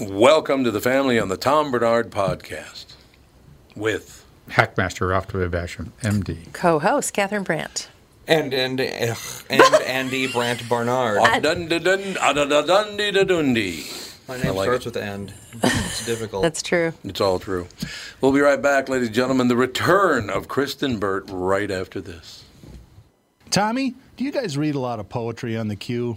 Welcome to the family on the Tom Bernard podcast with Hackmaster Ralph W. Basham, MD. Co-host Catherine Brandt. And and and, and Andy Brandt Barnard. It's My name like starts it. with "and." It's difficult. That's true. all true. We'll be right back, ladies and gentlemen. The return of Kristen Burt right after this. Tommy, do you guys read a lot of poetry on the queue?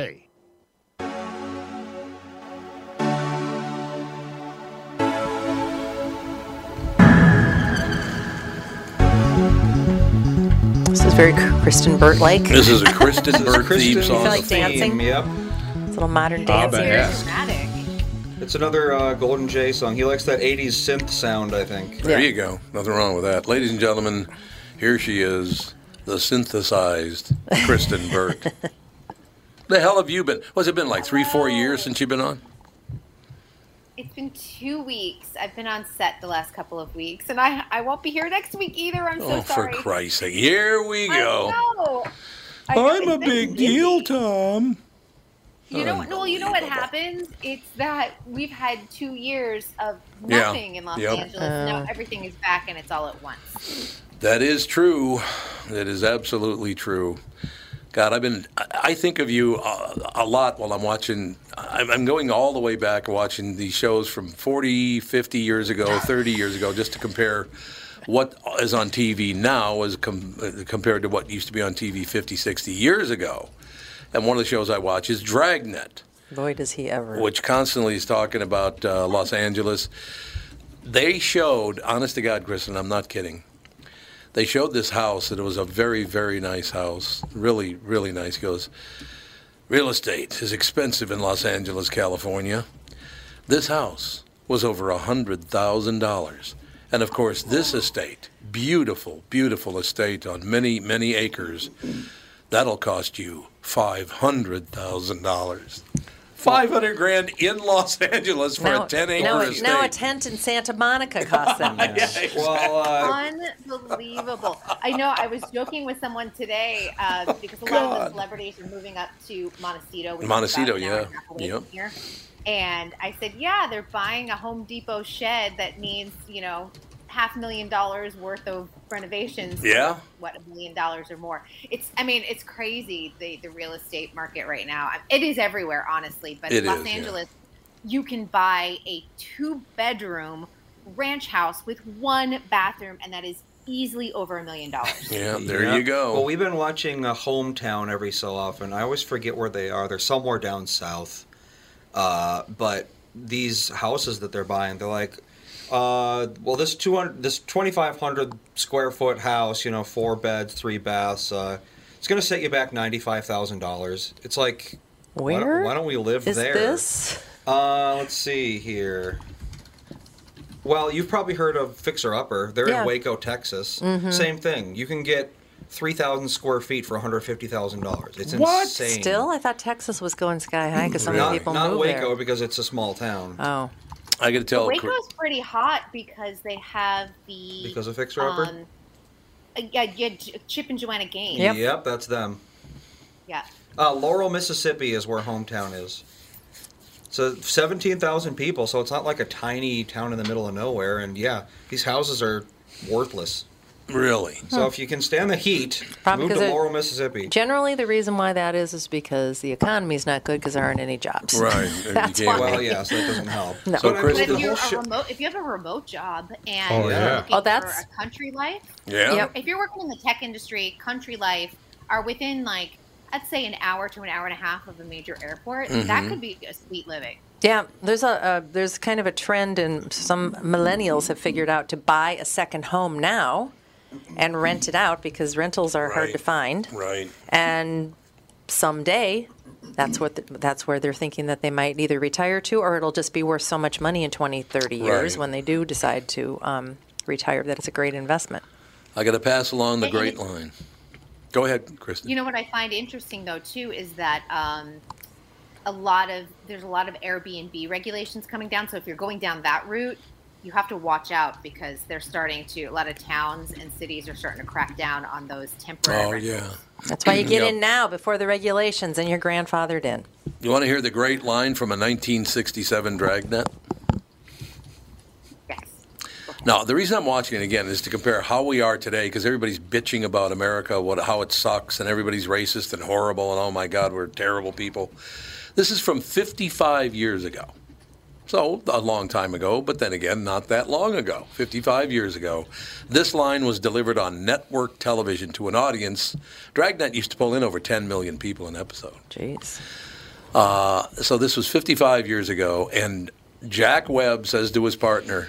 This is very Kristen Burt like. It's This is a Kristen Burke theme Kristen's song. like theme, dancing? Yep. a little modern dance Abba, here. yes. It's another uh, Golden Jay song. He likes that '80s synth sound. I think. There Yeah. you go. Nothing wrong with that. Ladies and gentlemen, here she is, the synthesized Kristen Burke. the hell have you been? What's it been like three, four years since you've been on? It's been two weeks. I've been on set the last couple of weeks, and I I won't be here next week either. I'm so oh, sorry. for Christ's sake. Here we I go. know. I know. It's been busy. Tom. You know, no, you know what happens? It's that we've had two years of Yeah. nothing in Los Yep. Angeles. now everything is back, and it's all at once. That is true. That is absolutely true. God, I've been. I- I think of you uh, a lot while I'm watching. I'm I'm going all the way back and watching these shows from 40, 50 years ago, 30 years ago, just to compare what is on TV now as com- uh, compared to what used to be on TV 50, 60 years ago. And one of the shows I watch is Dragnet Boy, does he ever. which constantly is talking about uh, Los Angeles. They showed, honest to God, Kristen, I'm not kidding. They showed this house, and it was a very, very nice house. Really, really nice. He goes, real estate is expensive in Los Angeles, California. This house was over $100,000. And of course, this estate, beautiful, beautiful estate on many, many acres, that'll cost you $500,000. Five hundred grand in Los Angeles for a ten acre now, estate. now a tent in Santa Monica costs that much. Well, uh, Unbelievable. I know. I was joking with someone today uh, because a lot of the God. celebrities are moving up to Montecito. Which Montecito, is about an hour yeah. and a half away Yep. from Here. And I said, yeah, they're buying a Home Depot shed that needs, you know, half million dollars worth of renovations. Yeah. What, a million dollars or more? It's, I mean, it's crazy, the, the real estate market right now. It is everywhere, honestly, but It Los is, yeah. Angeles, you can buy a two bedroom ranch house with one bathroom, and that is easily over a million dollars. yeah, there yeah. you go. Well, we've been watching uh, Hometown every so often. I always forget where they are. They're somewhere down south. Uh, but these houses that they're buying, they're like, uh, well, this two hundred, this twenty five hundred square foot house, you know, four beds, three baths. Uh, it's gonna set you back ninety five thousand dollars. It's like, why don't- Where Why, don't we live Is there? this? Uh, let's see here. Well, you've probably heard of Fixer Upper. They're Yeah. Mm-hmm. in Waco, Texas. Same thing. You can get 3,000 square feet for $150,000. It's What? insane. Still, I thought Texas was going sky high because so Not, many people not move Waco there. because it's a small town. Oh, I got to tell. Waco's pretty hot because they have the Because of Fixer Upper? um, uh, yeah, yeah, J- Chip and Joanna Gaines. Yep. that's them. Yeah. Uh, Laurel, Mississippi is where hometown is. So 17,000 people, so it's not like a tiny town in the middle of nowhere. And yeah, these houses are worthless. really? So if you can stand the heat, Probably move 'cause to it- Laurel, Mississippi. generally the reason why that is is because the economy's not good because there aren't any jobs. Right. and you That's can't- Well, yes, that doesn't help. No. So, But I Chris- mean, But the if you're whole a shi- remote, if you have a remote job and Oh, you're yeah. looking Oh, that's- for a country life, Yeah. Yep. if you're working in the tech industry, country life are within like I'd say an hour to an hour and a half of a major airport. Mm-hmm. That could be a sweet living. Yeah, there's a uh, there's kind of a trend, and some millennials have figured out to buy a second home now and rent it out because rentals are hard Right. to find. Right. And someday, that's what th that's where they're thinking that they might either retire to, or it'll just be worth so much money in 20, 30 years Right. when they do decide to um, retire that it's a great investment. I got to pass along the Yeah, and great it's- line. Go ahead, Kristen. You know what I find interesting though too is that um, a lot of there's a lot of Airbnb regulations coming down. So if you're going down that route, you have to watch out because they're starting to a lot of towns and cities are starting to crack down on those temporary. oh rentals. yeah. That's why you get Yep. in now before the regulations, and you're grandfathered in. You want to hear the great line from a 1967 dragnet? Yes. Now, the reason I'm watching it again is to compare how we are today, because everybody's bitching about America, what, how it sucks, and everybody's racist and horrible, and oh my God, we're terrible people. This is from 55 years ago. So, a long time ago, but then again, not that long ago, 55 years ago. This line was delivered on network television to an audience. Dragnet used to pull in over 10 million people an episode. Jeez. So, this was 55 years ago, and Jack Webb says to his partner,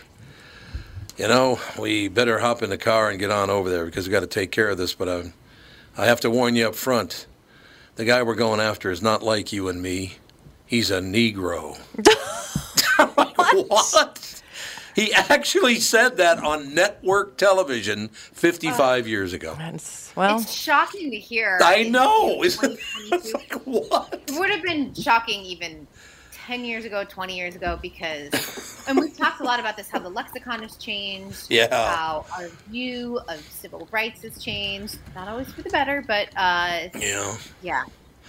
you know, we better hop in the car and get on over there because we got to take care of this. But I, I have to warn you up front, the guy we're going after is not like you and me. He's a Negro. what? He actually said that on network television 55 years ago. That's, well, It's shocking to hear. I in know. Isn't it's 2022. like what? It would have been shocking even 10 years ago, 20 years ago, because, and we've talked a lot about this, how the lexicon has changed, Yeah. how our view of civil rights has changed, not always for the better, but uh, Yeah. yeah.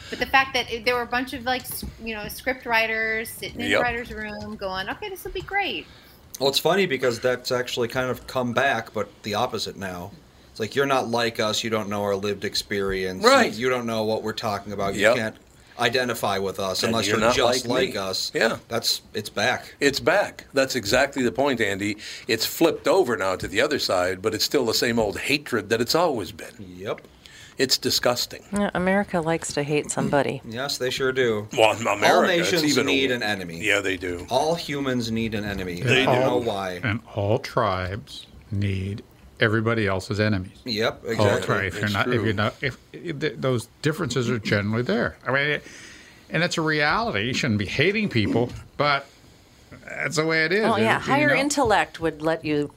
But the fact that it, there were a bunch of like, s- you know, script writers sitting in Yep. the writer's room going, okay, this will be great. Well, it's funny because that's actually kind of come back, but the opposite now. It's like you're not like us. You don't know our lived experience. Right. You don't know what we're talking about. You Yep. can't identify with us And unless you're you're, not just like like, me. us. Yeah. That's it's back. It's back. That's exactly the point, Andy. It's flipped over now to the other side, but it's still the same old hatred that it's always been. Yep. It's disgusting. yeah, America likes to hate somebody. Yes, they sure do. Well, in America, All it's nations even- need an enemy. Yeah, they do. All humans need an enemy. They I don't do. know why. And all tribes need everybody else's enemies. Yep. All Exactly. tribes. If you're It's not, if true. you're not, if, if th- those differences are generally there. I mean, and it's a reality. You shouldn't be hating people, but that's the way it is. Well, Oh, yeah, You higher know? intellect would let you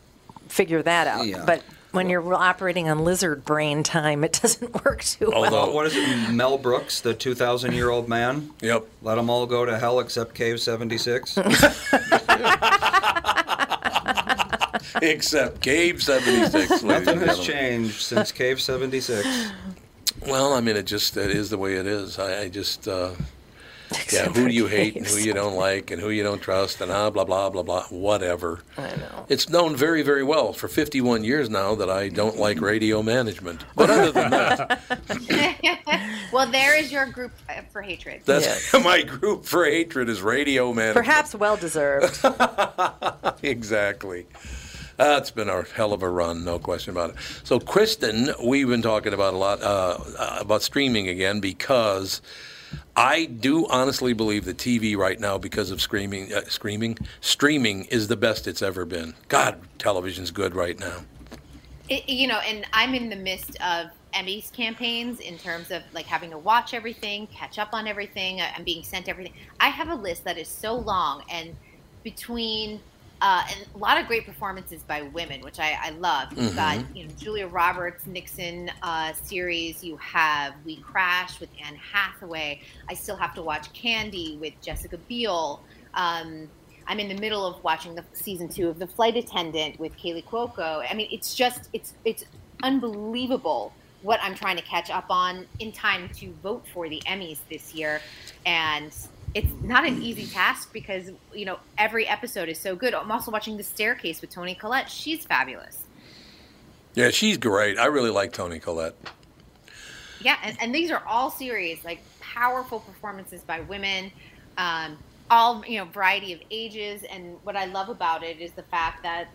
figure that out. Yeah. But when you're operating on lizard brain time, it doesn't work too well. Although- What is it? Mel Brooks, the 2,000 year old man? Yep. Let them all go to hell except Cave 76. Except Cave 76. ladies Nothing and has gentlemen. changed since Cave 76. Well, I mean, it just it is the way it is. I, I just uh, yeah, Except who for you hate and caves. who you don't like and who you don't trust and ah, blah blah blah blah whatever. I know. It's known very very well for 51 years now that I don't like radio management. But other than that, well, there is your group uh, for hatred. that's Yes. my group for hatred is radio management. Perhaps well deserved. exactly. Uh, it's been a hell of a run, no question about it. So, Kristen, we've been talking about a lot uh, uh, about streaming again because I do honestly believe that TV right now, because of screaming, uh, screaming, streaming is the best it's ever been. God, television's good right now. It, you know, and I'm in the midst of Emmys campaigns in terms of like having to watch everything, catch up on everything. I- I'm being sent everything. I have a list that is so long, and between uh, and a lot of great performances by women, which I, I love. You've got you know Julia Roberts Nixon uh, series. You have We Crash with Anne Hathaway. I still have to watch Candy with Jessica Biel. Um, I'm in the middle of watching the season two of The Flight Attendant with Kaylee Cuoco. I mean, it's just it's it's unbelievable what I'm trying to catch up on in time to vote for the Emmys this year, and it's not an easy task because you know every episode is so good. I'm also watching The Staircase with Toni Collette. She's fabulous. Yeah, she's great. I really like Tony Collette. Yeah, and, and these are all series like powerful performances by women, um, all you know, variety of ages. And what I love about it is the fact that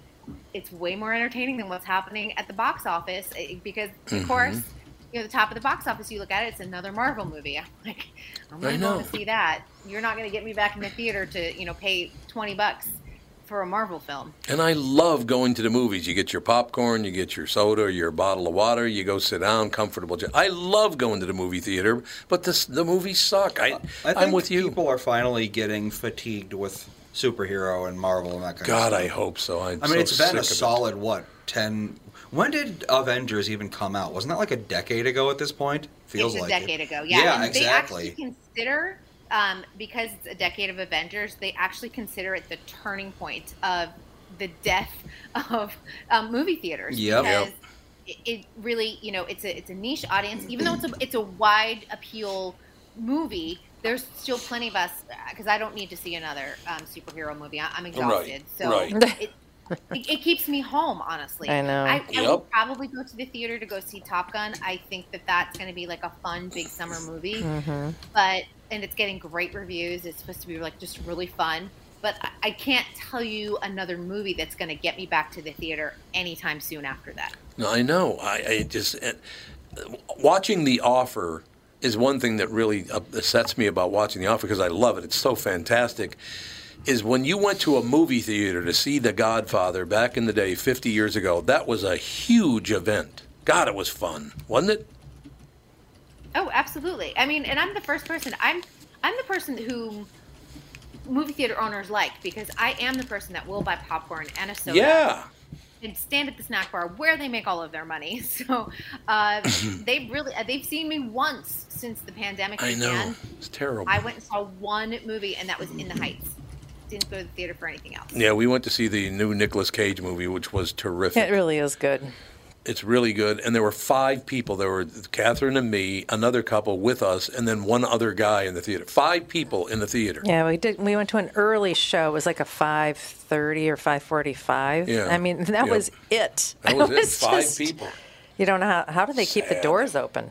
it's way more entertaining than what's happening at the box office eh, because, of Mm-hmm. course, you know, the top of the box office. You look at it; it's another Marvel movie. I'm like, I'm I not know. going to see that. You're not going to get me back in the theater to you know pay twenty bucks for a Marvel film. And I love going to the movies. You get your popcorn, you get your soda, your bottle of water, you go sit down, comfortable. j- I love going to the movie theater, but this, the movies suck. I, I think I'm with you. people are finally getting fatigued with superhero and Marvel and that kind God, of I stuff. hope so. I'm I mean, so it's sick been a of it. solid, what, 10. When did Avengers even come out? Wasn't that like a decade ago at this point? Feels it's like a decade it. ago. Yeah, Yeah, and they exactly. actually consider um, because it's a decade of Avengers. They actually consider it the turning point of the death of um, movie theaters. Yep. Yep. because It, it really, you know, it's a it's a niche audience. Even though it's a it's a wide appeal movie, there's still plenty of us because I don't need to see another um, superhero movie. I, I'm exhausted, so right. it, it, it keeps me home, honestly. I know. I, I will Yep. probably go to the theater to go see Top Gun. I think that that's going to be like a fun big summer movie. But and it's getting great reviews. It's supposed to be like just really fun. But I, I can't tell you another movie that's going to get me back to the theater anytime soon after that. No, I know. I, I just and watching the offer is one thing that really uh, upsets me about watching the offer because I love it. It's so fantastic. Is when you went to a movie theater to see The Godfather back in the day, 50 years ago. That was a huge event. God, it was fun, wasn't it? Oh, absolutely. I mean, and I'm the first person. I'm I'm the person who movie theater owners like because I am the person that will buy popcorn and a soda. Yeah. and stand at the snack bar where they make all of their money. So uh, they've really uh, they've seen me once since the pandemic I began. know. It's terrible. I went and saw one movie, and that was In the Heights. Didn't go to the theater for anything else. yeah, we went to see the new Nicolas Cage movie, which was terrific. it really is good. It's really good. And there were five people. There were Catherine and me, another couple with us, and then one other guy in the theater. Five people in the theater. Yeah, we did. We went to an early show. It was like a five thirty or five forty-five. Yeah. I mean, that Yep. was it. That was, it. Five just- people. You don't know how. How do they keep the Sad. doors open?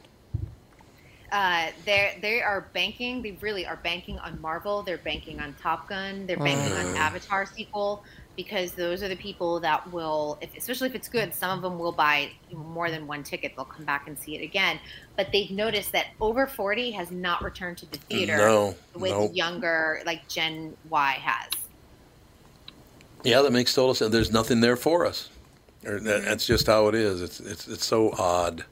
Uh, they they are banking. They really are banking on Marvel. They're banking on Top Gun. Oh, They're banking on Avatar sequel because those are the people that will, if, especially if it's good, some of them will buy more than one ticket. They'll come back and see it again. But they've noticed that over forty has not returned to the theater No, the way nope. the younger, like Gen Y, has. Yeah, that makes total sense. There's nothing there for us. Or Mm-hmm. that, that's just how it is. It's, it's, it's so odd.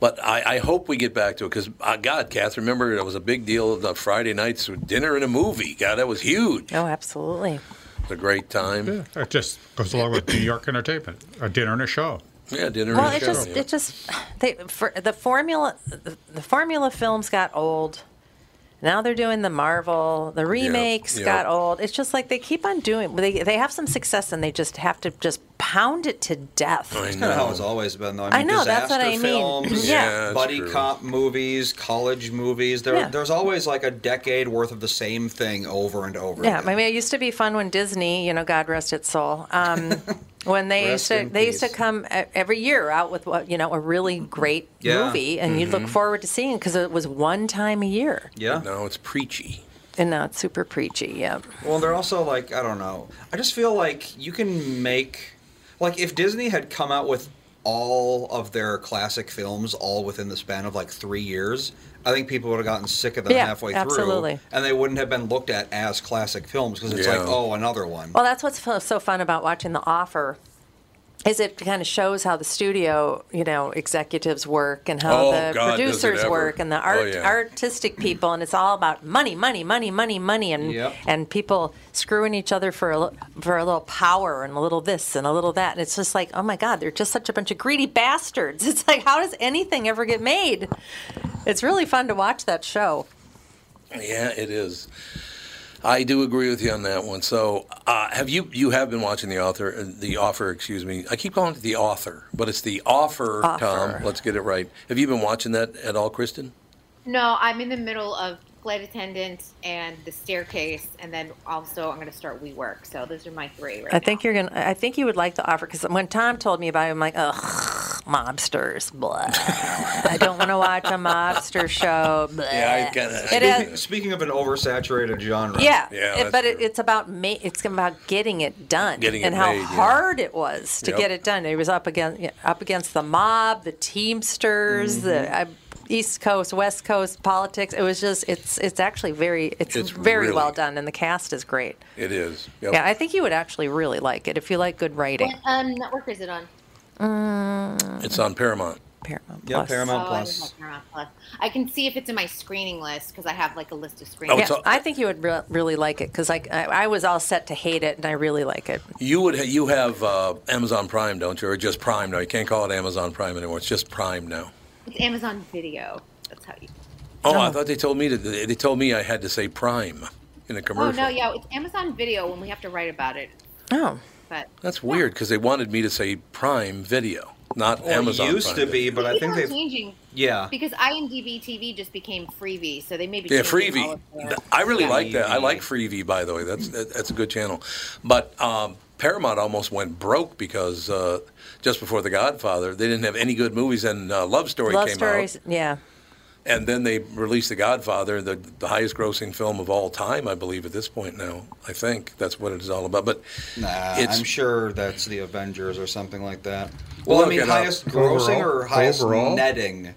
But I, I hope we get back to it because, uh, God, Kath, remember it was a big deal the Friday nights with dinner and a movie. God, that was huge. Oh, absolutely. It was a great time. It just goes along with New York entertainment, a dinner and a show. Yeah, dinner Well, and it show. just yeah. it just they for the formula the, the formula films got old. Now they're doing the Marvel, the remakes yeah. got old. It's just like they keep on doing. They they have some success and they just have to just pound it to death. I Kind of how it's know. always been, though. I, I mean, know, that's disaster what I mean. films, Yeah. Yeah, that's buddy true. cop movies, college movies. There, Yeah. there's always like a decade worth of the same thing over and over. Yeah, again. I mean, it used to be fun when Disney, you know, God rest its soul. Um, when they Rest used in to, they used to peace. come e- every year out with what you know a really great Yeah. Mm-hmm. movie, and you'd look forward to seeing because it was one time a year, yeah. Now it's preachy. and now it's super preachy. Yeah, Well, they're also like I don't know. I just feel like you can make like if Disney had come out with all of their classic films all within the span of like three years, I think people would have gotten sick of them Yeah, halfway absolutely. through, and they wouldn't have been looked at as classic films because it's Yeah. like oh another one. Well, that's what's f- so fun about watching The Offer. Is it kind of shows how the studio, you know, executives work and how Oh, the God, does it producers ever. work and the Oh, art, yeah. artistic people, and it's all about money, money, money, money, money, and Yep. and people screwing each other for a li- for a little power and a little this and a little that, and it's just like, oh my God, they're just such a bunch of greedy bastards. It's like, how does anything ever get made? It's really fun to watch that show. Yeah, it is. I do agree with you on that one. So, uh, have you you have been watching the author, uh, the offer? Excuse me, I keep calling it the author, but it's the offer. Tom, Offer. let's get it right. Have you been watching that at all, Kristen? No, I'm in the middle of flight attendant and the staircase, and then also I'm going to start WeWork. So those are my three right I think now. you're gonna. I think you would like the offer because when Tom told me about it, I'm like, ugh, mobsters. Blah. I don't want to watch a mobster show. Blah. Yeah, I kinda- I It do is. Speaking of an oversaturated genre, Yeah, Yeah, it- that's but it, true. it's about ma- it's about getting it done Getting it and how made, yeah. hard it was to Yep. get it done. It was up against yeah, up against the mob, the Teamsters, Mm-hmm. the uh, East Coast, West Coast politics. It was just it's it's actually very it's, It's very really- well done and the cast is great. It is. Yep. Yeah, I think you would actually really like it if you like good writing. What um, network is it on? it's on Paramount. Paramount Yeah, Plus. Paramount. Oh, I Plus. just have Paramount Plus. I can see if it's in my screening list because I have like a list of Oh, screenings. it's Yeah, all- I think you would re- really like it because I, I was all set to hate it and I really like it. You would. Ha- you have uh, Amazon Prime, don't you? Or just Prime now? You can't call it Amazon Prime anymore. It's just Prime now. It's Amazon Video. That's how you. Oh, I Oh. thought they told me to. They told me I had to say Prime in a Oh commercial. no, yeah, it's Amazon Video when we have to write about it. Oh, But That's weird because they wanted me to say Prime Video, not Well, Amazon. it used Prime to be, Video. but I People think are they've changing yeah. because IMDb TV just became freebie, so they may be Yeah, changing all Freevee. of their- Th- I really Yeah. like that. I like Freevee, by the way. That's that- that's a good channel. But um, Paramount almost went broke because uh, just before The Godfather, they didn't have any good movies, and uh, Love Story love came stories. out, Yeah. and then they released The Godfather, the, the highest-grossing film of all time, I believe, at this point now. I think that's what it is all about. But Nah, It's- Uh, I'm sure that's the Avengers or something like that. Well, Well, I look mean, it up. highest grossing or Overall- highest overall? netting,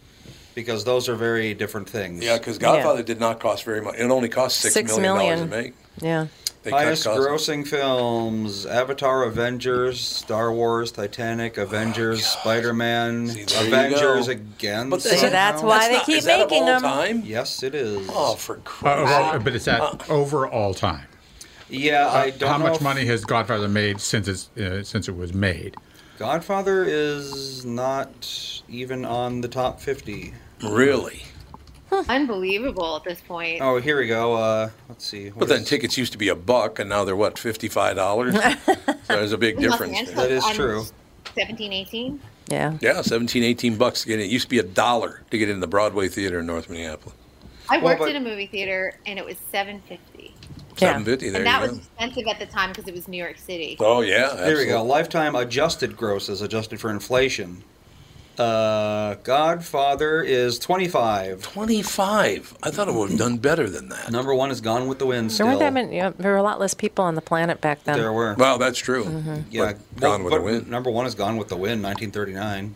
because those are very different things. yeah, because Godfather did not cost very much. It only cost six, Six dollars million. to make. Yeah. They cut highest costs. grossing films: Avatar, Avengers, Star Wars, Titanic, Avengers, Spider-Man, Oh, See, there you Avengers go. again. But So Somehow- that's why That's they not- keep is that of making all them. time? yes, it is. Oh, for Uh, Christ's overall- sake. but it's at overall time. yeah, I don't How know much if- money has Godfather made since it's uh, since it was made? Godfather is not even on the top fifty. Really? unbelievable at this point. Oh, here we go. Uh, let's see. But what then is- tickets used to be a buck, and now they're what fifty-five dollars. so there's a big In Los difference. Angeles, There. That is I'm true. 17, 18. Yeah. Yeah, 17, 18 bucks to get in. It used to be a dollar to get in the Broadway theater in North Minneapolis. I Well, worked but- at a movie theater and it was seven fifty, Seven fifty. There and that you was go. expensive at the time because it was New York City. Oh yeah. Here we go. absolutely. Lifetime adjusted grosses, adjusted for inflation. Uh, Godfather is 25. Twenty-five. I thought it would have done better than that. Number one is Gone with the Wind. There Still. were that many. yeah, there were a lot less people on the planet back then. There were. Well, that's true. Mm-hmm. yeah, but Gone with the but Wind. Number one is Gone with the Wind, 1939.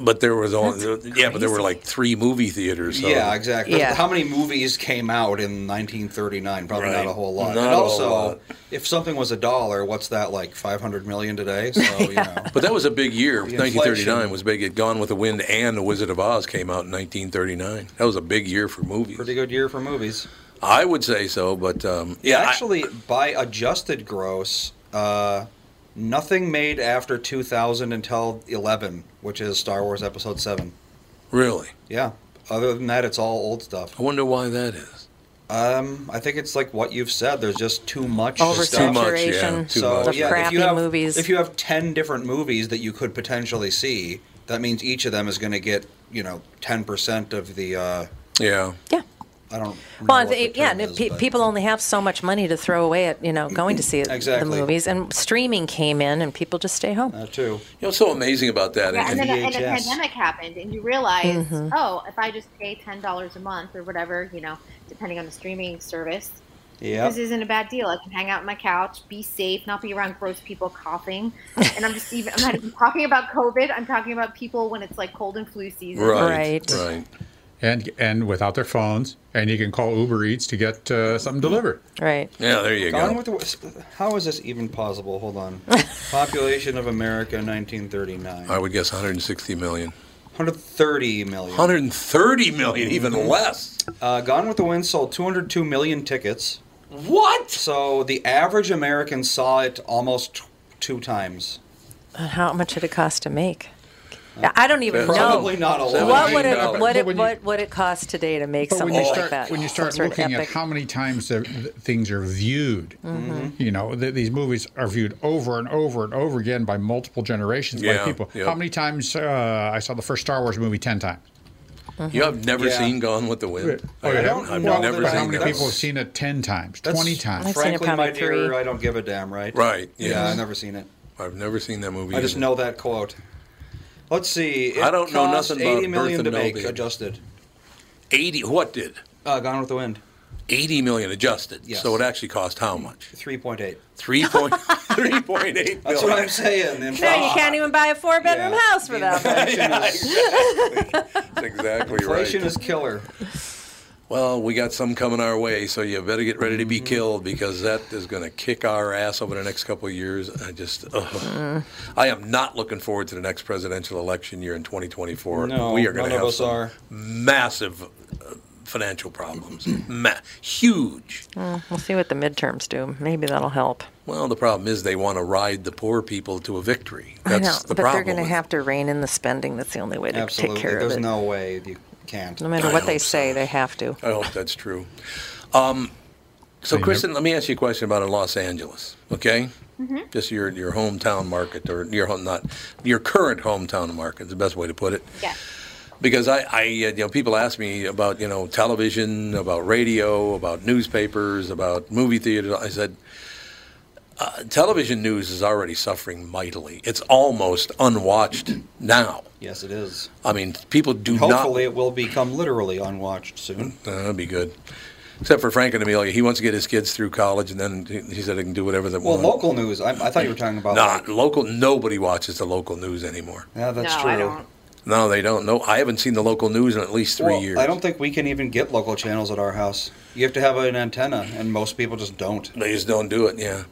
But there was only yeah, but there were like three movie theaters. So. yeah, exactly. Yeah. How many movies came out in 1939? Probably Right. not a whole lot. Not and a whole also, lot. if something was a dollar, what's that like 500 million today? So you know. But that was a big year. The 1939 inflation. was big. It Gone with the Wind and The Wizard of Oz came out in 1939. That was a big year for movies. Pretty good year for movies. I would say so, but um, yeah, I- actually, by adjusted gross, uh, nothing made after 2000 until 11, which is Star Wars Episode 7. Really? Yeah. Other than that, it's all old stuff. I wonder why that is. Um, I think it's like what you've said. There's just too much Too stuff. much, Oversaturation. yeah. Too so much. Of yeah, if crappy you have movies. if you have ten different movies that you could potentially see, that means each of them is going to get you know ten percent of the. Uh, Yeah. Yeah. I don't. know Well, what they- the yeah, term and is, pe- but- people only have so much money to throw away at you know going to see it, Exactly. the movies, and streaming came in, and people just stay home. that too. You know what's so amazing about that? Yeah, and then and the VHS. pandemic happened, and you realize, oh, if I just pay ten dollars a month or whatever, you know, depending on the streaming service, Yeah. this isn't a bad deal. I can hang out on my couch, be safe, not be around gross people coughing, and I'm just even. I'm not even talking about COVID. I'm talking about people when it's like cold and flu season. right. Right. Right. and and without their phones, and you can call Uber Eats to get uh, something delivered. Right. Yeah, there you Gone go. with the, Wi- how is this even possible? Hold on. Population of America, 1939. I would guess 160 million. 130 million. 130 million, even less. Uh, Gone with the Wind sold 202 million tickets. What? So the average American saw it almost tw- two times. And how much did it cost to make? I don't even Probably know. not a lot. What would No, it what it, but when you- what would it cost today to make But something when you Oh, start like that? when you Some start sort of looking at epic- how many times the, the things are viewed, Mm-hmm. you know th- these movies are viewed over and over and over again by multiple generations Yeah, by people. yeah. How many times uh, I saw the first Star Wars movie ten times? You have never Yeah. seen Gone with the Wind? Okay. don't I've know never that how seen many that. people have seen it ten times, That's- twenty times? I've seen it Frankly, my probably dear, three. I don't give a damn, right? Right, Yeah, yes. I've never seen it. I've never seen that movie. I just either. know that quote. Let's see. It I don't know cost nothing about 80 million Bertha to make Noby. adjusted. 80. What did? Uh, Gone with the Wind, 80 million adjusted. Yes. So it actually cost how much? 3.8. 3.3.8 million. That's what I'm saying. In No, fact, you can't even buy a four bedroom Yeah. house for that. much. Inflation, is, That's exactly inflation right. is killer. Well, we got some coming our way, so you better get ready to Mm-hmm. be killed because that is going to kick our ass over the next couple of years. I just, ugh. Mm. I am not looking forward to the next presidential election year in 2024. No, we are going none to of have us some are. massive uh, financial problems, Ma- huge. We'll see what the midterms do. Maybe that'll help. Well, the problem is they want to ride the poor people to a victory. I That's know, the but problem. they're going with- to have to rein in the spending. That's the only way to Absolutely. take care There's of it. no way you can't. no matter I what they hope so. say, they have to. I hope that's true. Um, so, Kristen, let me ask you a question about in Los Angeles, okay? Just your your hometown market, or your home not your current hometown market is the best way to put it. Yeah. Because I, I uh, you know, people ask me about you know television, about radio, about newspapers, about movie theater. I said. Uh, television news is already suffering mightily. It's almost unwatched now. Yes, it is. I mean, people do not Hopefully, it will become literally unwatched soon. Uh, that'd be good. Except for Frank and Amelia, he wants to get his kids through college, and then he he said they can do whatever they Well, want. local news. I, I thought you were talking about. Not like- local. Nobody watches the local news anymore. yeah, that's no, true. I don't. No, they don't. No, I haven't seen the local news in at least three Well, years. I don't think we can even get local channels at our house. You have to have an antenna, and most people just don't. They just don't do it. Yeah.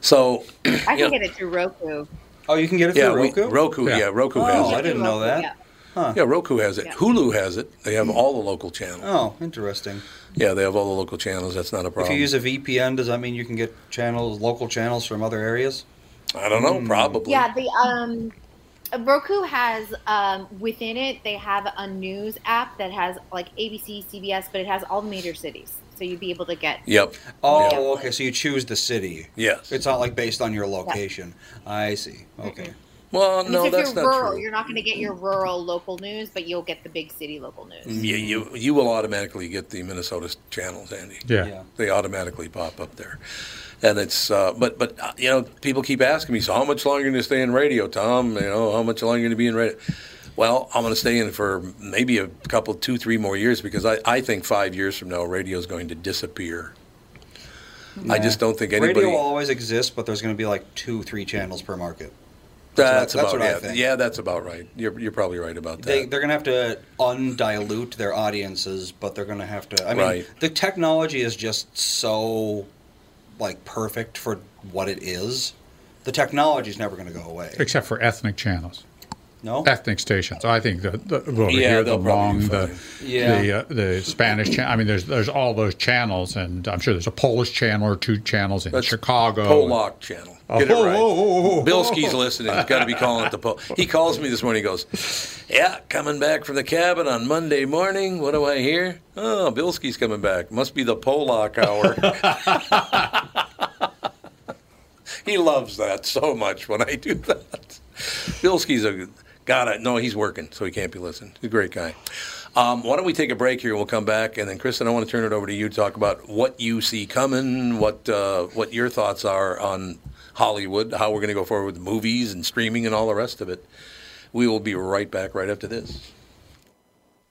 So I can Yeah. get it through Roku. Oh, you can get it yeah, through we- Roku. Roku. Yeah, Yeah. Roku Oh, has I it. didn't know that. Yeah. Yeah, Roku has it. Yeah. Hulu has it. They have all the local channels. Hmm. Oh, interesting. Yeah, they have all the local channels. That's not a If problem. you use a VPN, does that mean you can get channels, local channels from other areas? I don't Hmm. know. Probably. Yeah, the um, Roku has um, within it they have a news app that has like ABC, CBS, but it has all the major cities, so you'd be able to get. Yep. Oh, Yeah. okay. So you choose the city. Yes. It's not like based on your location. I see. Okay. well, I mean, no, if that's you're not rural, true. you're not going to get your rural local news, but you'll get the big city local news. Yeah, you you will automatically get the Minnesota channels, Andy. Yeah. Yeah. they automatically pop up there. And it's, uh, but, but, uh, you know, people keep asking me, so how much longer are you going to stay in radio, Tom? You know, how much longer are you going to be in radio? Well, I'm going to stay in for maybe a couple, two, three more years because I, I think five years from now, radio is going to disappear. I just don't think anybody. Radio will always exist, but there's going to be like two, three channels per market. that's, that's about what I it. think. Yeah, that's about right. You're, you're probably right about that. They, they're going to have to undilute their audiences, but they're going to have to. I mean, Right. the technology is just so like perfect for what it is. The technology is never going to go away. Except for ethnic channels. No? ethnic stations. I think the, the over Yeah, here, the they'll probably Hmong, be the fine. Yeah. the, uh, the Spanish. Cha- I mean, there's there's all those channels, and I'm sure there's a Polish channel or two channels in That's Chicago. Pollock channel. Get it oh, right. oh, oh, oh, oh. Bilski's listening. He's got to be calling it the Pol. He calls me this morning. He goes, "Yeah, coming back from the cabin on Monday morning. What do I hear? Oh, Bilski's coming back. Must be the Pollock hour." he loves that so much when I do that. Bilski's a got it. No, he's working, so he can't be listening. He's a great guy. Um, why don't we take a break here? We'll come back, and then Kristen, I want to turn it over to you to talk about what you see coming, what uh, what your thoughts are on Hollywood, how we're going to go forward with movies and streaming and all the rest of it. We will be right back right after this.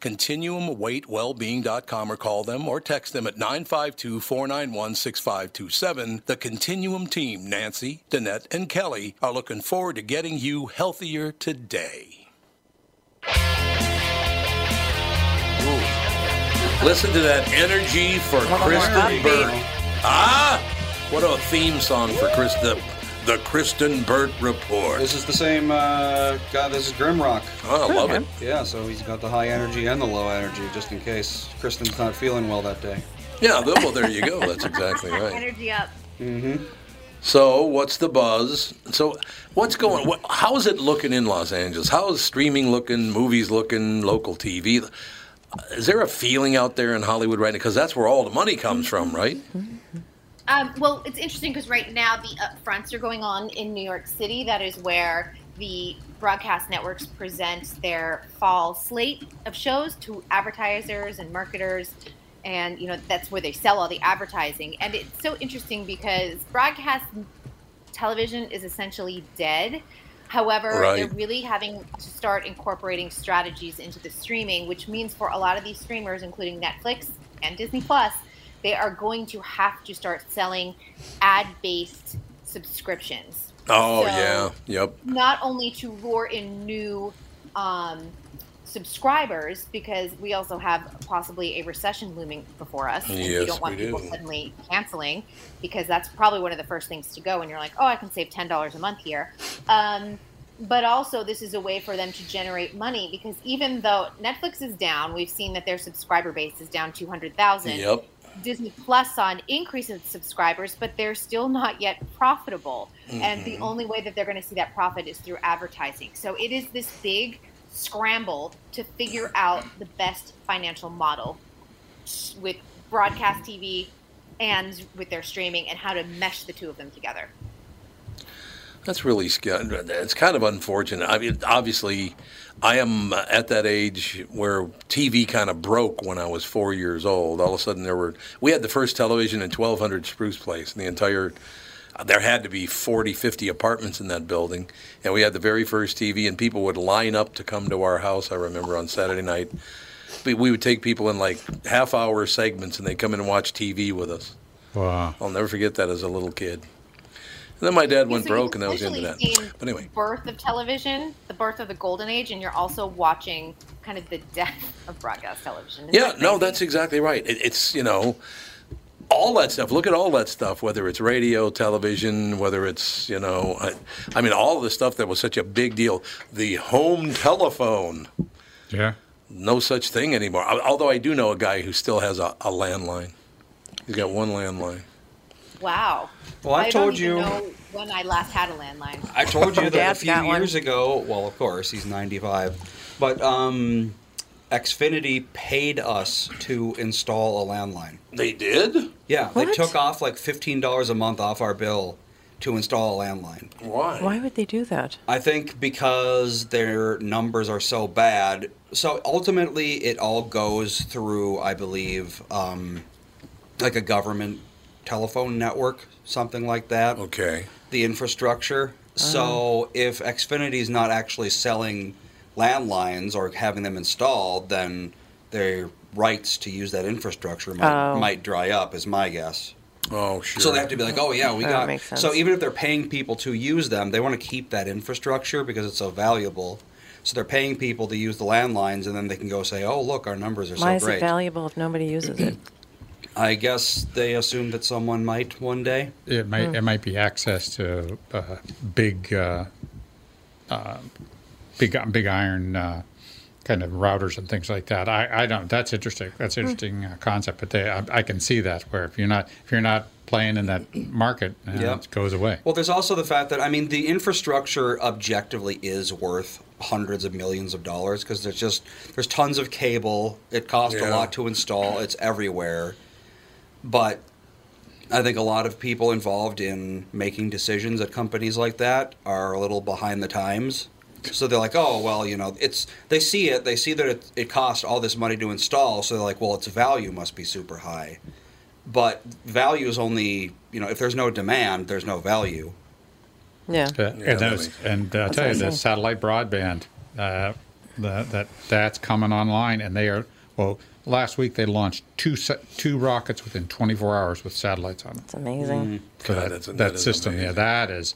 ContinuumWeightWellbeing.com or call them or text them at 952 491 6527. The Continuum team, Nancy, Danette, and Kelly, are looking forward to getting you healthier today. Listen to that energy for Kristen Burt. Ah, what a theme song for Chris the, the Kristen Burt Report. This is the same uh, guy. This is Grimrock. Oh, I love it. Yeah, so he's got the high energy and the low energy, just in case Kristen's not feeling well that day. Yeah, th- well, there you go. That's exactly right. Energy up. So, what's the buzz? So, what's going? What, how is it looking in Los Angeles? How is streaming looking? Movies looking? Local TV? Is there a feeling out there in Hollywood right now? Because that's where all the money comes from, right? Um, well, it's interesting because right now the upfronts are going on in New York City. That is where the broadcast networks present their fall slate of shows to advertisers and marketers, and you know that's where they sell all the advertising. And it's so interesting because broadcast television is essentially dead. However, Right. they're really having to start incorporating strategies into the streaming, which means for a lot of these streamers, including Netflix and Disney Plus, they are going to have to start selling ad-based subscriptions. Oh So- yeah, yep. Not only to lure in new um, subscribers, because we also have possibly a recession looming before us. and Yes, we don't want we people do. suddenly canceling, because that's probably one of the first things to go. And you're like, oh, I can save ten dollars a month here. Um, but also, this is a way for them to generate money because even though Netflix is down, we've seen that their subscriber base is down two hundred thousand. Yep. Disney Plus saw an increase in subscribers, but they're still not yet profitable. And Mm-hmm. the only way that they're going to see that profit is through advertising. So it is this big scramble to figure out the best financial model with broadcast TV and with their streaming and how to mesh the two of them together. That's really scary. It's kind of unfortunate. I mean, obviously, I am at that age where TV kind of broke when I was four years old. All of a sudden, there were we had the first television in 1200 Spruce Place, and the entire there had to be 40, 50 apartments in that building. And we had the very first TV, and people would line up to come to our house, I remember, on Saturday night. We we would take people in like half hour segments, and they'd come in and watch TV with us. Wow. I'll never forget that as a little kid. And then my dad went So you've broke, and that was the end of that. essentially seen But anyway, the birth of television, the birth of the golden age, and you're also watching kind of the death of broadcast television. Isn't yeah, that no, crazy? that's exactly right. It, it's you know, all that stuff. Look at all that stuff. Whether it's radio, television, whether it's you know, I, I mean, all of the stuff that was such a big deal. The home telephone. Yeah. No such thing anymore. Al- Although I do know a guy who still has a, a landline. He's got one landline. wow. Well, I don't told even you- know when I last had a landline. I told you that a Dad's few got one. years ago. Well, of course, he's 95. But um, Xfinity paid us to install a landline. They did. Yeah, they What? took off like $15 a month off our bill to install a landline. Why? Why would they do that? I think because their numbers are so bad. So ultimately, it all goes through, I believe, um, like a government telephone network, something like that. Okay. The infrastructure. Oh. So if Xfinity is not actually selling landlines or having them installed, then their rights to use that infrastructure might, Oh. might dry up, is my guess. Oh, sure. So they have to be like, oh yeah, we That got. makes sense. So even if they're paying people to use them, they want to keep that infrastructure because it's so valuable. So they're paying people to use the landlines, and then they can go say, oh look, our numbers are Why so is it great. valuable if nobody uses it? I guess they assume that someone might one day. It might it might be access to uh, big, uh, uh, big big iron uh, kind of routers and things like that. I, I don't. That's interesting. That's an interesting uh, concept. But they, I, I can see that where if you're not if you're not playing in that market, uh, Yeah. it goes away. Well, there's also the fact that I mean, the infrastructure objectively is worth hundreds of millions of dollars because there's just there's tons of cable. It costs a Yeah. lot to install. It's everywhere, but I think a lot of people involved in making decisions at companies like that are a little behind the times. So they're like, oh well, you know, it's they see it, they see that it, it costs all this money to install. So they're like, well, its value must be super high but value is only you know if there's no demand there's no value Yeah. Uh, that and those, makes and uh, I tell you, the satellite broadband, uh, the, that that's coming online, and they are well. Last week they launched two sa- two rockets within 24 hours with satellites on them. It's amazing. Mm-hmm. for God, that, that's- that, that is system. Yeah, amazing. that is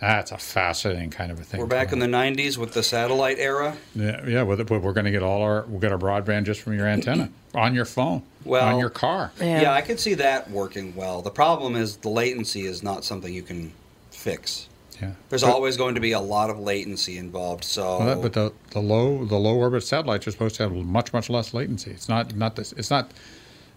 that's a fascinating kind of a thing. we're back in the 90s with the satellite era yeah, yeah. With it, but we're going to get all our we'll get our broadband just from your antenna on your phone, on Well- your car. Yeah. yeah. i could see that working well the problem is the latency is not something you can fix Yeah, there's But- always going to be a lot of latency involved so Well, that- but the, the low the low orbit satellites are supposed to have much much less latency. It's not not this. It's not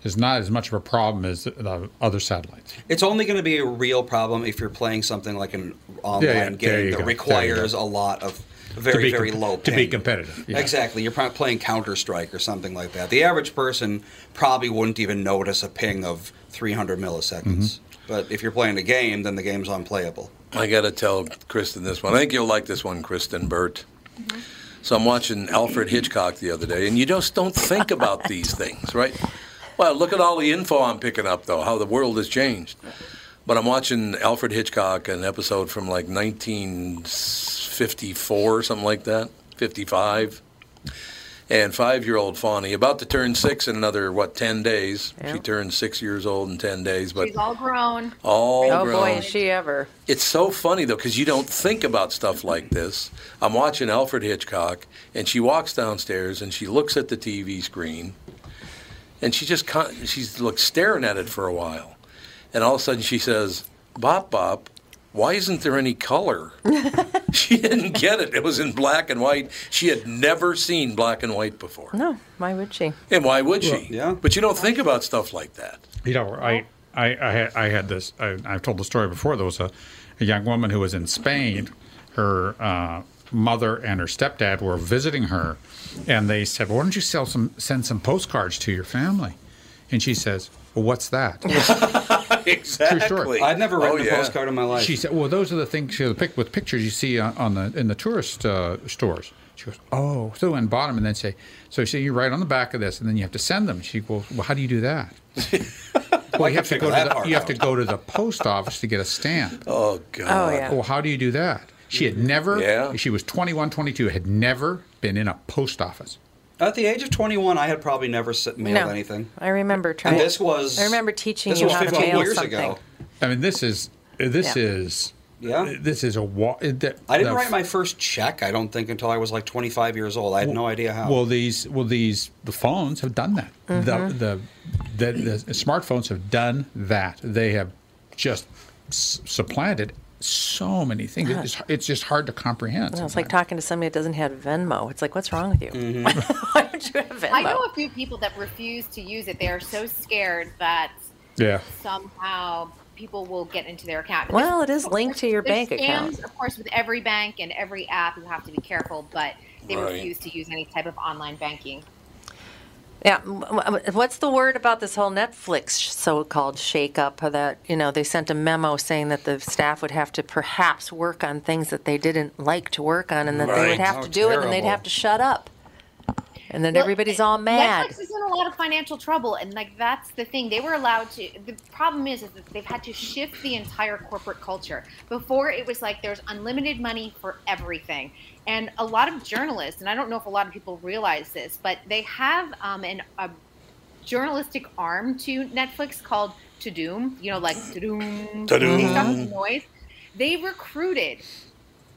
it's not as much of a problem as the, the other satellites. it's only going to be a real problem if you're playing something like an online Yeah, yeah, there you game that go, there you go. requires a lot of To very be very com- low to be ping. competitive. yeah. Exactly. You're probably playing Counter Strike or something like that. The average person probably wouldn't even notice a ping of 300 milliseconds. Mm-hmm. But if you're playing a game, then the game's unplayable. I got to tell Kristen this one. I think you'll like this one, Kristen Burt. So I'm watching Alfred Hitchcock the other day, and you just don't think about these things, right? Well, look at all the info I'm picking up, though, how the world has changed. But I'm watching Alfred Hitchcock, an episode from like 1954, something like that, 55. And five year old Fawny, about to turn six in another, what, 10 days? Yeah. She turned six years old in 10 days, but She's all grown. all Oh grown boy, is she ever. it's so funny though because you don't think about stuff like this i'm watching alfred hitchcock and she walks downstairs and she looks at the tv screen and she just con- she's look staring at it for a while and all of a sudden she says bop bop why isn't there any color she didn't get it it was in black and white she had never seen black and white before No, why would she? and why would she yeah. but you don't think about stuff like that You know, I, I, I, had, I had this. I, I've told the story before. There was a, a young woman who was in Spain. Her uh, mother and her stepdad were visiting her, and they said, "Why don't you sell some, send some postcards to your family?" And she says, "Well, what's that?" exactly I've never Oh, written a yeah. postcard in my life. She said, "Well, those are the things you know, the pic- with pictures you see on, on the in the tourist uh, stores." She goes, "Oh, so in bottom, and then say, so she, you write on the back of this, and then you have to send them." She goes, "Well, how do you do that?" Well, you have to go figure to that the, part you have out. to go to the post office to get a stamp. Oh God. Oh yeah. Well, how do you do that? She had never. Yeah. She was 21, 22. Had never been in a post office. At the age of 21, I had probably never s- mailed No. anything. I remember trying. And this was. I remember teaching this you was how to 15 mail years something. ago. I mean, this is this Yeah. is Yeah. this is a wa- that, I didn't the- write my first check, I don't think, until I was like 25 years old. I had no idea Oh. how. Well, these well these the phones have done that. Mm-hmm. The, the the the smartphones have done that. They have just s- supplanted so many things. It's, it's just hard to No, comprehend. it's like sometimes. talking to somebody that doesn't have Venmo. It's like, what's wrong with you? Mm-hmm. Why don't you have Venmo? I know a few people that refuse to use it. They are so scared that yeah. somehow people will get into their account. Well, it is linked to your There's bank scams, account. Of course, with every bank and every app, you have to be careful, but they Right. refuse to use any type of online banking. Yeah. m- w- What's the word about this whole Netflix sh- so-called shakeup? That you know they sent a memo saying that the staff would have to perhaps work on things that they didn't like to work on, and that they Right. would have Oh, to do it, and they'd terrible. have to shut up, and then Well, everybody's all mad. Netflix is in a lot of financial trouble, and like that's the thing. They were allowed to. The problem is, is that they've had to shift the entire corporate culture. Before it was like there's unlimited money for everything, and a lot of journalists, and I don't know if a lot of people realize this, but they have um, an, a journalistic arm to Netflix called To Doom. You know, like To Doom, Ta-Doom. noise. They recruited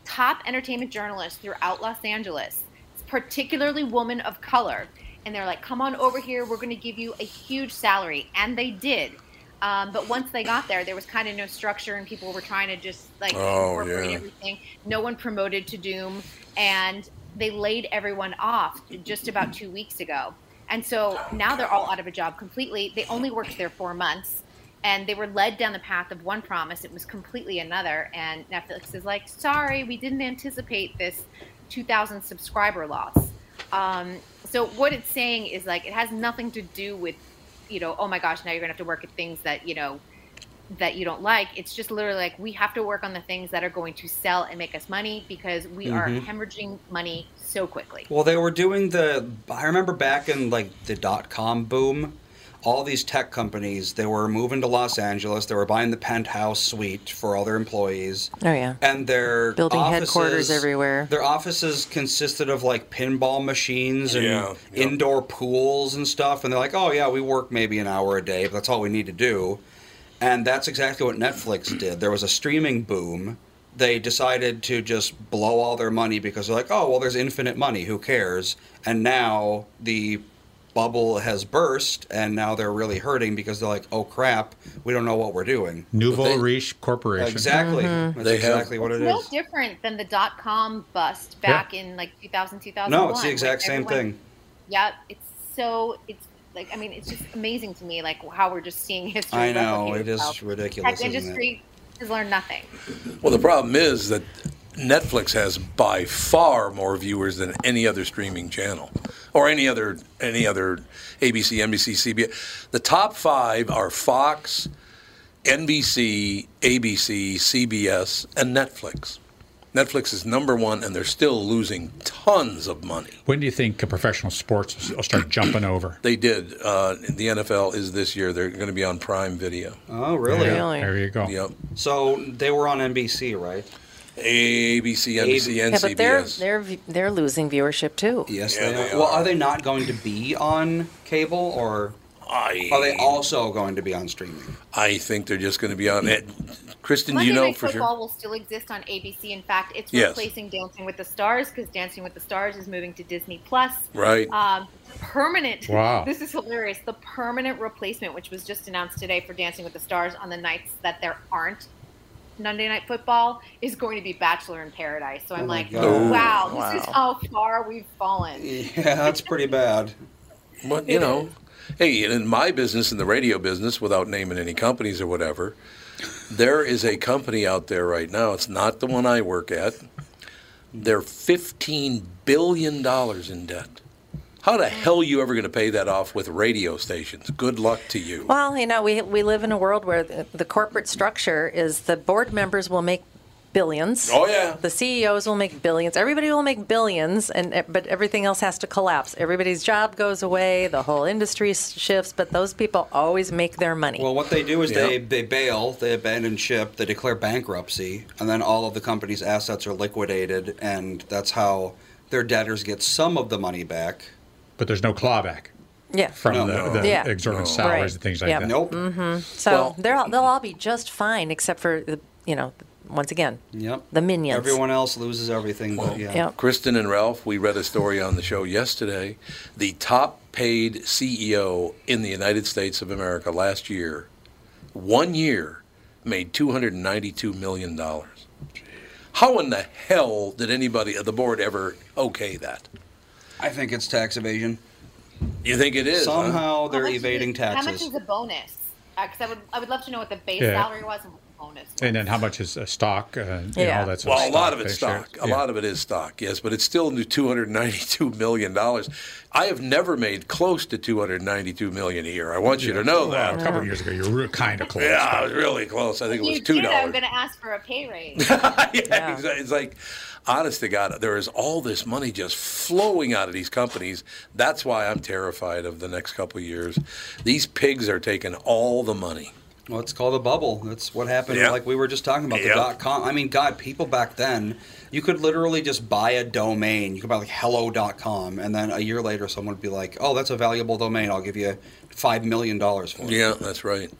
top entertainment journalists throughout Los Angeles, particularly women of color. And they're like, come on over here, we're going to give you a huge salary. And they did. Um, but once they got there, there was kind of no structure, and people were trying to just like Oh, incorporate yeah. everything. No one promoted to Doom, and they laid everyone off just about two weeks ago. And so now they're all out of a job completely. They only worked there four months, and they were led down the path of one promise it was completely another and netflix is like sorry we didn't anticipate this 2000 subscriber loss um, so what it's saying is like it has nothing to do with you know oh my gosh now you're gonna have to work at things that you know that you don't like it's just literally like we have to work on the things that are going to sell and make us money because we are hemorrhaging money so quickly Mm-hmm. Well, they were doing the. I remember back in like the dot com boom, all these tech companies they were moving to Los Angeles. They were buying the penthouse suite for all their employees. Oh, yeah. and their Building offices- headquarters everywhere. Their offices consisted of like pinball machines and Yeah, yeah. indoor pools and stuff. And they're like, oh yeah, we work maybe an hour a day, but that's all we need to do. And that's exactly what Netflix did. There was a streaming boom. They decided to just blow all their money because they're like, oh, well, there's infinite money. Who cares? And now the bubble has burst, and now they're really hurting because they're like, oh, crap, we don't know what we're doing. Nouveau They- Riche Corporation. Exactly. That's Mm-hmm. They have- exactly what it no is. different than the dot-com bust back in like 2000 2001 No, it's the when exact same everyone- thing. Yep, it's so it's like I mean it's just amazing to me like how we're just seeing history. I know replicate it is itself. ridiculous. Tech Isn't it? industry has learned nothing. Well, the problem is that Netflix has by far more viewers than any other streaming channel or any other any other ABC, NBC, CBS. The top 5 are Fox, NBC, ABC, CBS, and Netflix. Netflix is number 1 and they're still losing tons of money. When do you think professional sports will start jumping over? They did uh, the NFL is this year they're going to be on Prime Video. Oh, really? Yeah, Really? There you go. Yep. So they were on NBC, right? ABC, NBC, and yeah, CBS. but they're they're v- they're losing viewership too. Yes, Yeah, they, they are. Well, are. are they not going to be on cable, or I- are they also going to be on streaming? I think they're just going to be on it. Kristen, do Monday you know Night for Football sure? will still exist on ABC. In fact, it's Yes. replacing Dancing with the Stars because Dancing with the Stars is moving to Disney Plus. Right. Um, permanent. Wow. This is hilarious. The permanent replacement, which was just announced today for Dancing with the Stars on the nights that there aren't Monday Night Football, is going to be Bachelor in Paradise. So I'm my like, God. Oh. wow, this is how far we've fallen. Yeah, that's pretty bad. But you know, hey, and in my business, in the radio business, without naming any companies or whatever, there is a company out there right now. It's not the one I work at. They're fifteen billion dollars in debt. How the hell are you ever going to pay that off with radio stations? Good luck to you. Well, you know, we we live in a world where the, the corporate structure is the board members will make billions. Oh, yeah. The CEOs will make billions. Everybody will make billions, and eh, but everything else has to collapse. Everybody's job goes away. The whole industry s- shifts. But those people always make their money. Well, what they do is Yeah. they, they bail, they abandon ship, they declare bankruptcy, and then all of the company's assets are liquidated, and that's how their debtors get some of the money back. But there's no clawback yeah. from No, the, no. the Yeah. exorbitant No. salaries Right. and things like Yep. that. Nope. So Well- they're all, they'll all be just fine, except for the, you know, once again, Yep. the minions. Everyone else loses everything, but yeah. Yep. Kristen and Ralph, we read a story on the show yesterday. The top paid CEO in the United States of America last year, one year, made $292 million. How in the hell did anybody at the board ever okay that? I think it's tax evasion. You think it is? huh? Somehow they're How much is- evading How much taxes. is a bonus? Because I would, I would love to know what the base Yeah. salary was and what the bonus. Was. And then how much is uh, stock? Uh, and Yeah. all that sort Well, a of lot of it's they share. stock. A Yeah. lot of it is stock, yes, but it's still new two hundred ninety-two million dollars. I have never made close to two hundred ninety-two million a year. I want you to know Well, a that. couple of years ago, you were kind of close. Yeah, I was really close. I think it was you two did. I'm dollars. going to ask for a pay raise. yeah, exa- It's like, honest to God, there is all this money just flowing out of these companies. That's why I'm terrified of the next couple of years. These pigs are taking all the money. Well, it's called a bubble. That's what happened. Yeah. Like we were just talking about the Yeah. dot com. I mean, God, people back then, you could literally just buy a domain. You could buy like hello.com, and then a year later, someone would be like, oh, that's a valuable domain. I'll give you $5 million for it. Yeah, that's right.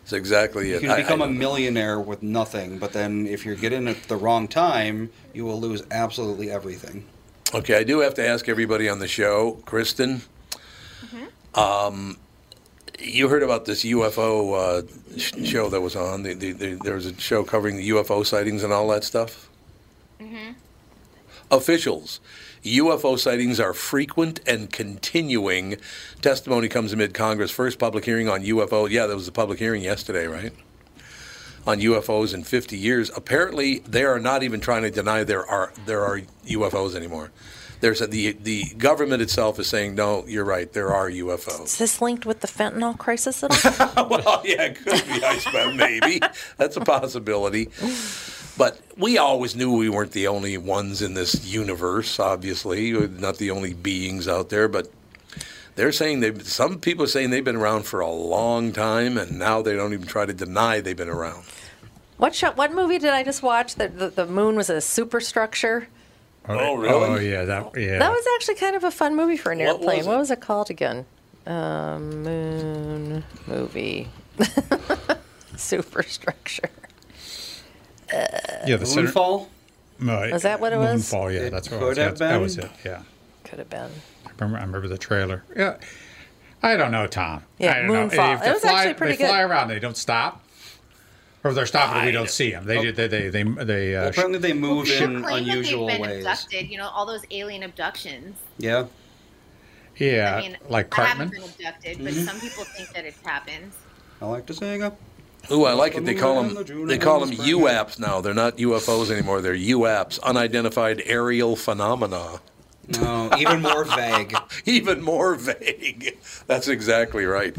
That's exactly You it. can I- become I- a millionaire with nothing, but then if you're getting it at the wrong time, you will lose absolutely everything. Okay, I do have to ask everybody on the show, Kristen. Um, you heard about this UFO uh, sh- show that was on. The, the, the, there was a show covering the UFO sightings and all that stuff. Officials, UFO sightings are frequent and continuing. Testimony comes amid Congress' first public hearing on UFO. Yeah, there was a public hearing yesterday, right? on UFOs in 50 years. Apparently, they are not even trying to deny there are there are UFOs anymore. There's a, the the government itself is saying no. You're right. There are Is UFOs. this linked with the fentanyl crisis at all? well, yeah, it could be. I suppose maybe that's a possibility. But we always knew we weren't the only ones in this universe. Obviously, We're not the only beings out there. But they're saying they. Some people are saying they've been around for a long time, and now they don't even try to deny they've been around. what show, What movie did I just watch? That the, the moon was a superstructure. Oh, really? Oh, yeah. That, yeah. That was actually kind of a fun movie for an What was airplane. it? What was it called again? Uh, moon movie. Superstructure. yeah, the center- Moonfall? No, Was that what it was? Moonfall, yeah, It that's what could it was. have That, that was been. it. Yeah, Could have been. I remember, I remember the trailer. Yeah, I don't know, Tom. Yeah, I don't Moonfall. If It they was fly- actually pretty They fly good. around. They don't stop, or if they're stopping. We don't see them. They did. They they they. they uh, Well, apparently they move People in claim unusual that they've been ways. abducted. You know, all those alien abductions. Yeah. yeah, I mean, like I haven't Cartman. been abducted, Mm-hmm. but some people think that it's happened. I like to sing up. Ooh, I like it. They call them they call them UAPs now. They're not UFOs anymore. They're UAPs, unidentified aerial phenomena. No, even more vague. Even more vague. That's exactly right.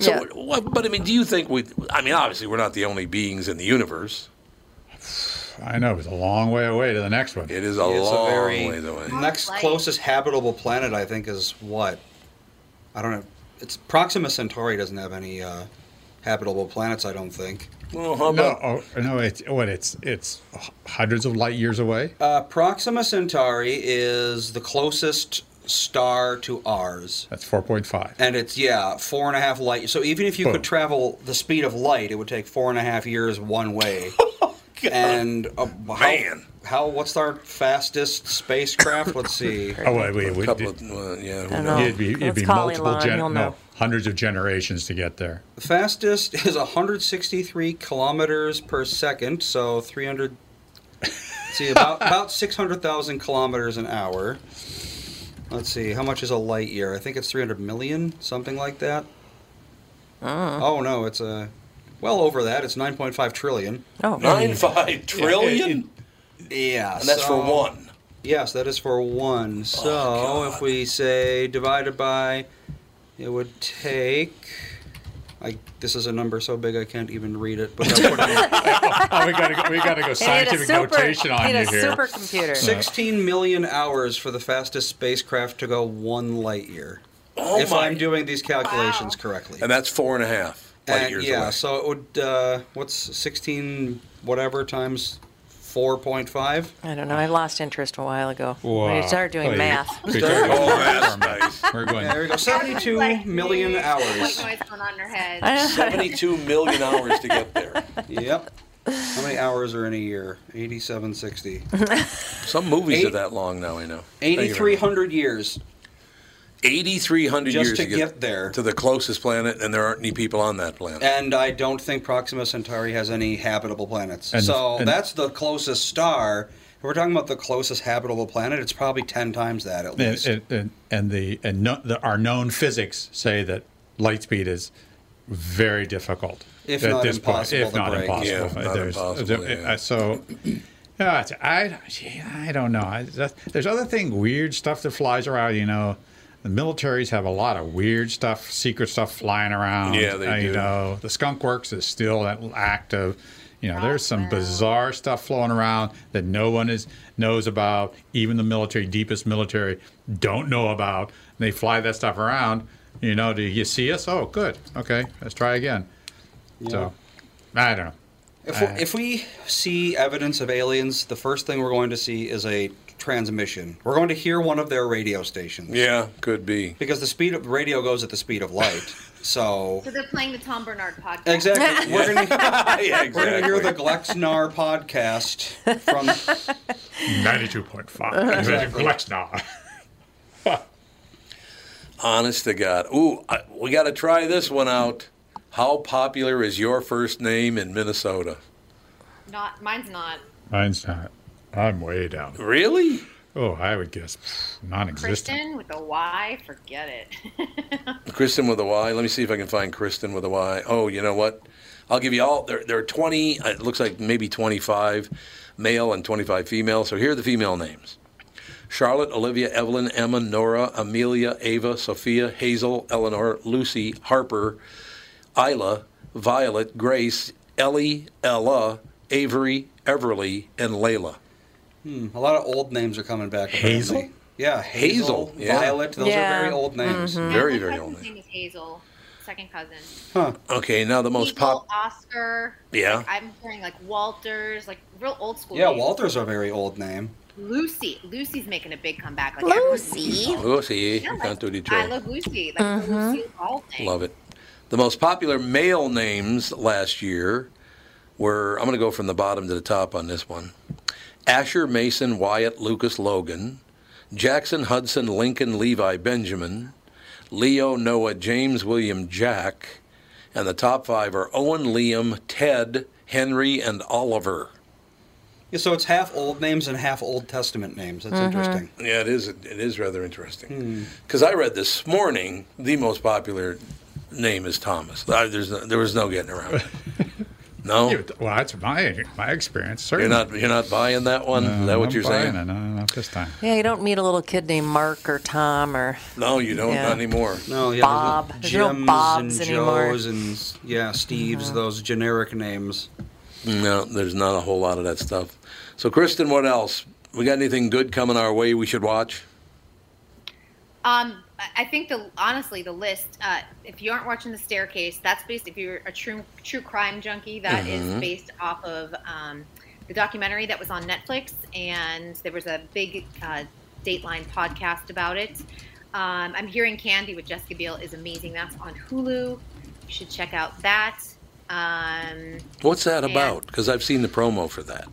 So, Yeah. what, but I mean, do you think we? I mean, obviously, we're not the only beings in the universe. I know it was a long way away to the next one. It is a It's long a very ways away. next Light. closest habitable planet. I think is what I don't know. It's Proxima Centauri doesn't have any uh, habitable planets. I don't think. Well, how No, about oh, no, it's what it's it's hundreds of light years away. Uh, Proxima Centauri is the closest star to ours, That's four point five. and it's yeah four and a half light. So even if you Boom. could travel the speed of light, it would take four and a half years one way. and uh, how, Man. how? What's our fastest spacecraft? Let's see. Oh, wait, wait, a wait. couple of? Well, yeah, who don't knows? know. It'd be it'd Let's be call multiple Elon, gen- he'll no know. hundreds of generations to get there. The fastest is 163 kilometers per second, so 300. See, about, about 600,000 kilometers an hour. Let's see, how much is a light year? I think it's 300 million, something like that. Ah. Oh no, it's a well over that. It's 9.5 trillion. Oh, Nine five trillion, Yeah, and that's for so- one. Yes, that is for Oh, one. So if we say divided by, it would take. I this is a number so big I can't even read it. But I'll put it in. Oh, we gotta go, we They gotta go need a scientific super- notation on need you a here. supercomputer. 16 million hours for the fastest spacecraft to go one light year. Oh if my- I'm doing these calculations correctly. And that's four and a half light And, years Uh, yeah, away. so it would uh, what's 16 whatever times 4.5? I don't know. I lost interest a while ago. Wow. We started doing Oh, you- math. we There started you go. doing That's math. nice. We're going. There we go. 72 Like, million White hours. noise going on in her head. I know. 72 million hours to get there. yep. How many hours are in a year? 8760. Some movies are Eight- that long now, I know. 8300 years. 8,300 Just years to get there. To the closest planet, and there aren't any people on that planet. And I don't think Proxima Centauri has any habitable planets. And- so and- that's the closest star. If we're talking about the closest habitable planet, it's probably 10 times that at least. And, and, and, and the and no, the, our known physics say that light speed is very difficult. If at not this point, impossible if to not break. impossible. Yeah, not There's- impossible, yeah. uh, So. Yeah, Oh, it's, I gee, I don't know. I, that, there's other thing, weird stuff that flies around. You know, the militaries have a lot of weird stuff, secret stuff flying around. Yeah, they Uh, You do. know, the Skunk Works is still active. You know, there's some bizarre stuff flowing around that no one is knows about. Even the military, deepest military, don't know about. And they fly that stuff around. You know, do you see us? Oh, good. Okay, let's try again. So, I don't know. If, we- if we see evidence of aliens, the first thing we're going to see is a transmission. We're going to hear one of their radio stations. yeah, could be. Because the speed of radio goes at the speed of light. So So they're playing the Tom Bernard podcast. exactly, we're going to yeah, we're going to hear the exactly. Glexnar podcast from. 92.5. Exactly. Glexnar. Honest to God. Ooh, I, we got to try this one out. How popular is your first name in Minnesota? Not mine's not. Mine's not. I'm way down. Really? Oh, I would guess pff, non-existent. Kristen with a Y, forget it. Kristen with a Y. Let me see if I can find Kristen with a Y. Oh, you know what? I'll give you all. There, there are 20, uh, it looks like maybe 25 male and 25 female. So here are the female names Charlotte, Olivia, Evelyn, Emma, Nora, Amelia, Ava, Sophia, Hazel, Eleanor, Lucy, Harper, Isla, Violet, Grace, Ellie, Ella, Avery, Everly, and Layla. A lot of old names are coming back. Hazel? apparently. Yeah, Hazel, Hazel, yeah. Violet. Those Yeah. Mm-hmm. are very old names. Very, My very cousin's old name. name is Hazel, second cousin. Okay, now the most Hazel, pop. Oscar. Yeah. Like, I'm hearing like Walters, like real old school. Yeah, names. Walter's a very old name. Lucy. Lucy's making a big comeback. Like Lucy. Lucy, everyone's- can't do the I job. love Lucy. Like the Lucy Hall thing. Love it. The most popular male names last year were I'm going to go from the bottom to the top on this one Asher, Mason, Wyatt, Lucas, Logan, Jackson, Hudson, Lincoln, Levi, Benjamin, Leo, Noah, James, William, Jack, and the top five are Owen, Liam, Ted, Henry, and Oliver. Yeah, so it's half old names and half Old Testament names. That's Mm-hmm. interesting. Yeah, it is. It is rather Hmm. interesting because I read this morning the most popular name is Thomas. I, there's no, there was no getting around. It. No, You would- Well, that's my my experience. You're Certainly. not you're not buying that one. is that what I'm you're buying saying? it. No, no, not this time. Yeah, you don't meet a little kid named Mark or Tom or. No, you don't Yeah. not anymore. No, yeah, Bob. There's There's no Jims Bobs and anymore. Mm-hmm. Joes and yeah, Steves. Those generic names. No, there's not a whole lot of that stuff. So, Kristen, what else? We got anything good coming our way we should watch? Um, I- I think the honestly the list. Uh, if you aren't watching The Staircase, that's based. If you're a true true crime junkie, that is Mm-hmm. based off of um, the documentary that was on Netflix, and there was a big uh, Dateline podcast about it. Um, I'm hearing Candy with Jessica Biel is amazing. That's on Hulu. You should check out that. Um, What's that about? Because I've seen the promo for that.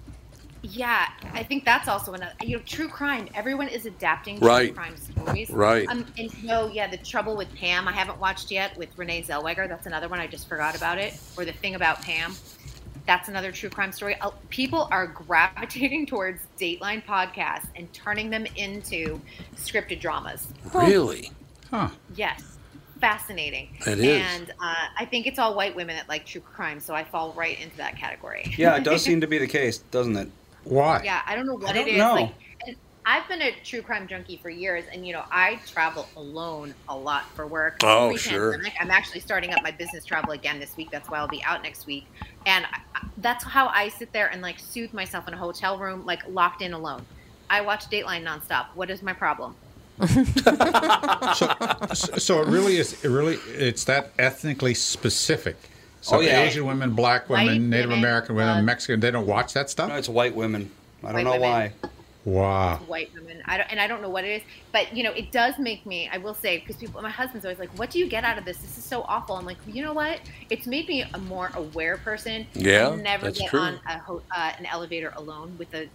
yeah, I think that's also another. You know, true crime. Everyone is adapting true Right. crime stories. Right. Um, and no, yeah, the trouble with Pam. I haven't watched yet with Renee Zellweger. That's another one I just forgot about it. Or the thing about Pam. That's another true crime story. Uh, People are gravitating towards Dateline podcasts and turning them into scripted dramas. Really? Huh. Yes, fascinating. It is. And uh, I think it's all white women that like true crime, so I fall right into that category. Yeah, it does seem to be the case, doesn't it? Why? Yeah, I don't know what I don't it is. know. Like, and I've been a true crime junkie for years, and you know I travel alone a lot for work. Oh, Pre-pandemic, sure. I'm actually starting up my business travel again this week. That's why I'll be out next week, and I, I- that's how I sit there and like soothe myself in a hotel room, like locked in alone. I watch Dateline nonstop. What is my problem? So, so it really is. It really it's that ethnically specific. So Oh, yeah. Asian women, black women, White Native women, American women, uh, Mexican. They don't watch that stuff. No, it's white women. I don't White know women. why. Wow. white women. I don't, and I don't know what it is, but you know, it does make me. I will say because people, my husband's always like, "What do you get out of this? This is so awful." I'm like, you know what? It's made me a more aware person. Yeah, I never that's get true. on a ho- uh, an elevator alone with a,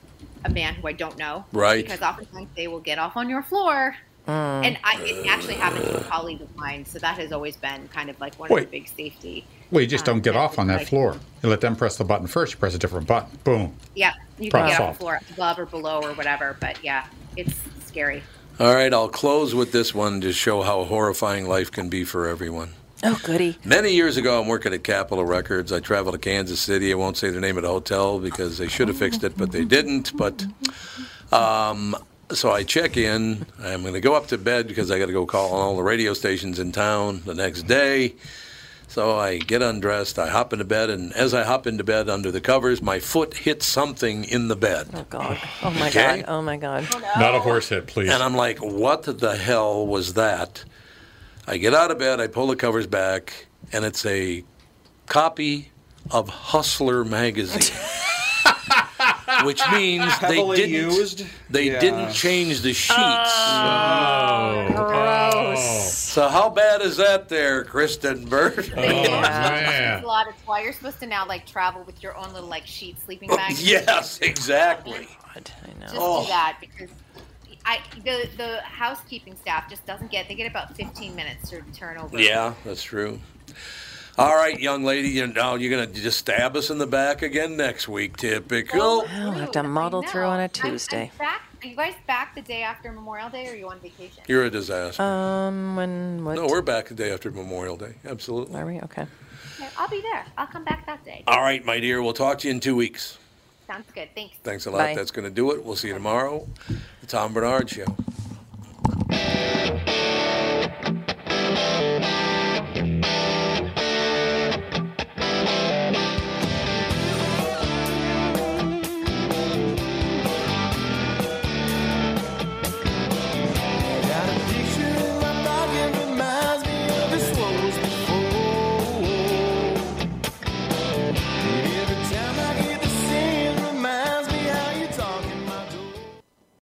a man who I don't know. Right. Because oftentimes they will get off on your floor. Mm. And I, it actually happened to a colleague of mine, so that has always been kind of like one Wait. of the big safety. Well, you just um, don't get off on that like- floor. You let them press the button first. You press a different button. Boom. Yeah, you can Problem get off solved. the floor above or below or whatever, but yeah, it's scary. All right, I'll close with this one to show how horrifying life can be for everyone. Oh, goody. Many years ago, I'm working at Capitol Records. I traveled to Kansas City. I won't say the name of the hotel because they should have fixed it, but they didn't. But um, so I check in. I'm going to go up to bed because I got to go call on all the radio stations in town the next day. So I get undressed. I hop into bed, and as I hop into bed under the covers, my foot hits something in the bed. Oh, God. Oh, my Okay. God. Oh, my God. Not a horse hit, please. And I'm like, what the hell was that? I get out of bed, I pull the covers back, and it's a copy of Hustler magazine. Which means they Heavily didn't used? they Yeah. didn't change the sheets. Gross. So how bad is that there, Kristen Bird? Oh. man. It's a lot. It's why you're supposed to now like travel with your own little like sheet sleeping bag. yes, exactly. God, I know. Just Oh. do that because I the the housekeeping staff just doesn't get. They get about 15 minutes to turn over. Yeah, that's true. All right, young lady, you know you're gonna just stab us in the back again next week. Typical. I'll have to muddle through on a Tuesday. I'm back, are you guys back the day after Memorial Day, or are you on vacation? You're a disaster. Um, when, what? no, we're back the day after Memorial Day. Absolutely. Are we? Okay. Okay, I'll be there. I'll come back that day. All right, my dear. We'll talk to you in two weeks. Sounds good. Thanks. Thanks a lot. Bye. That's going to do it. We'll see you tomorrow. The Tom Bernard Show.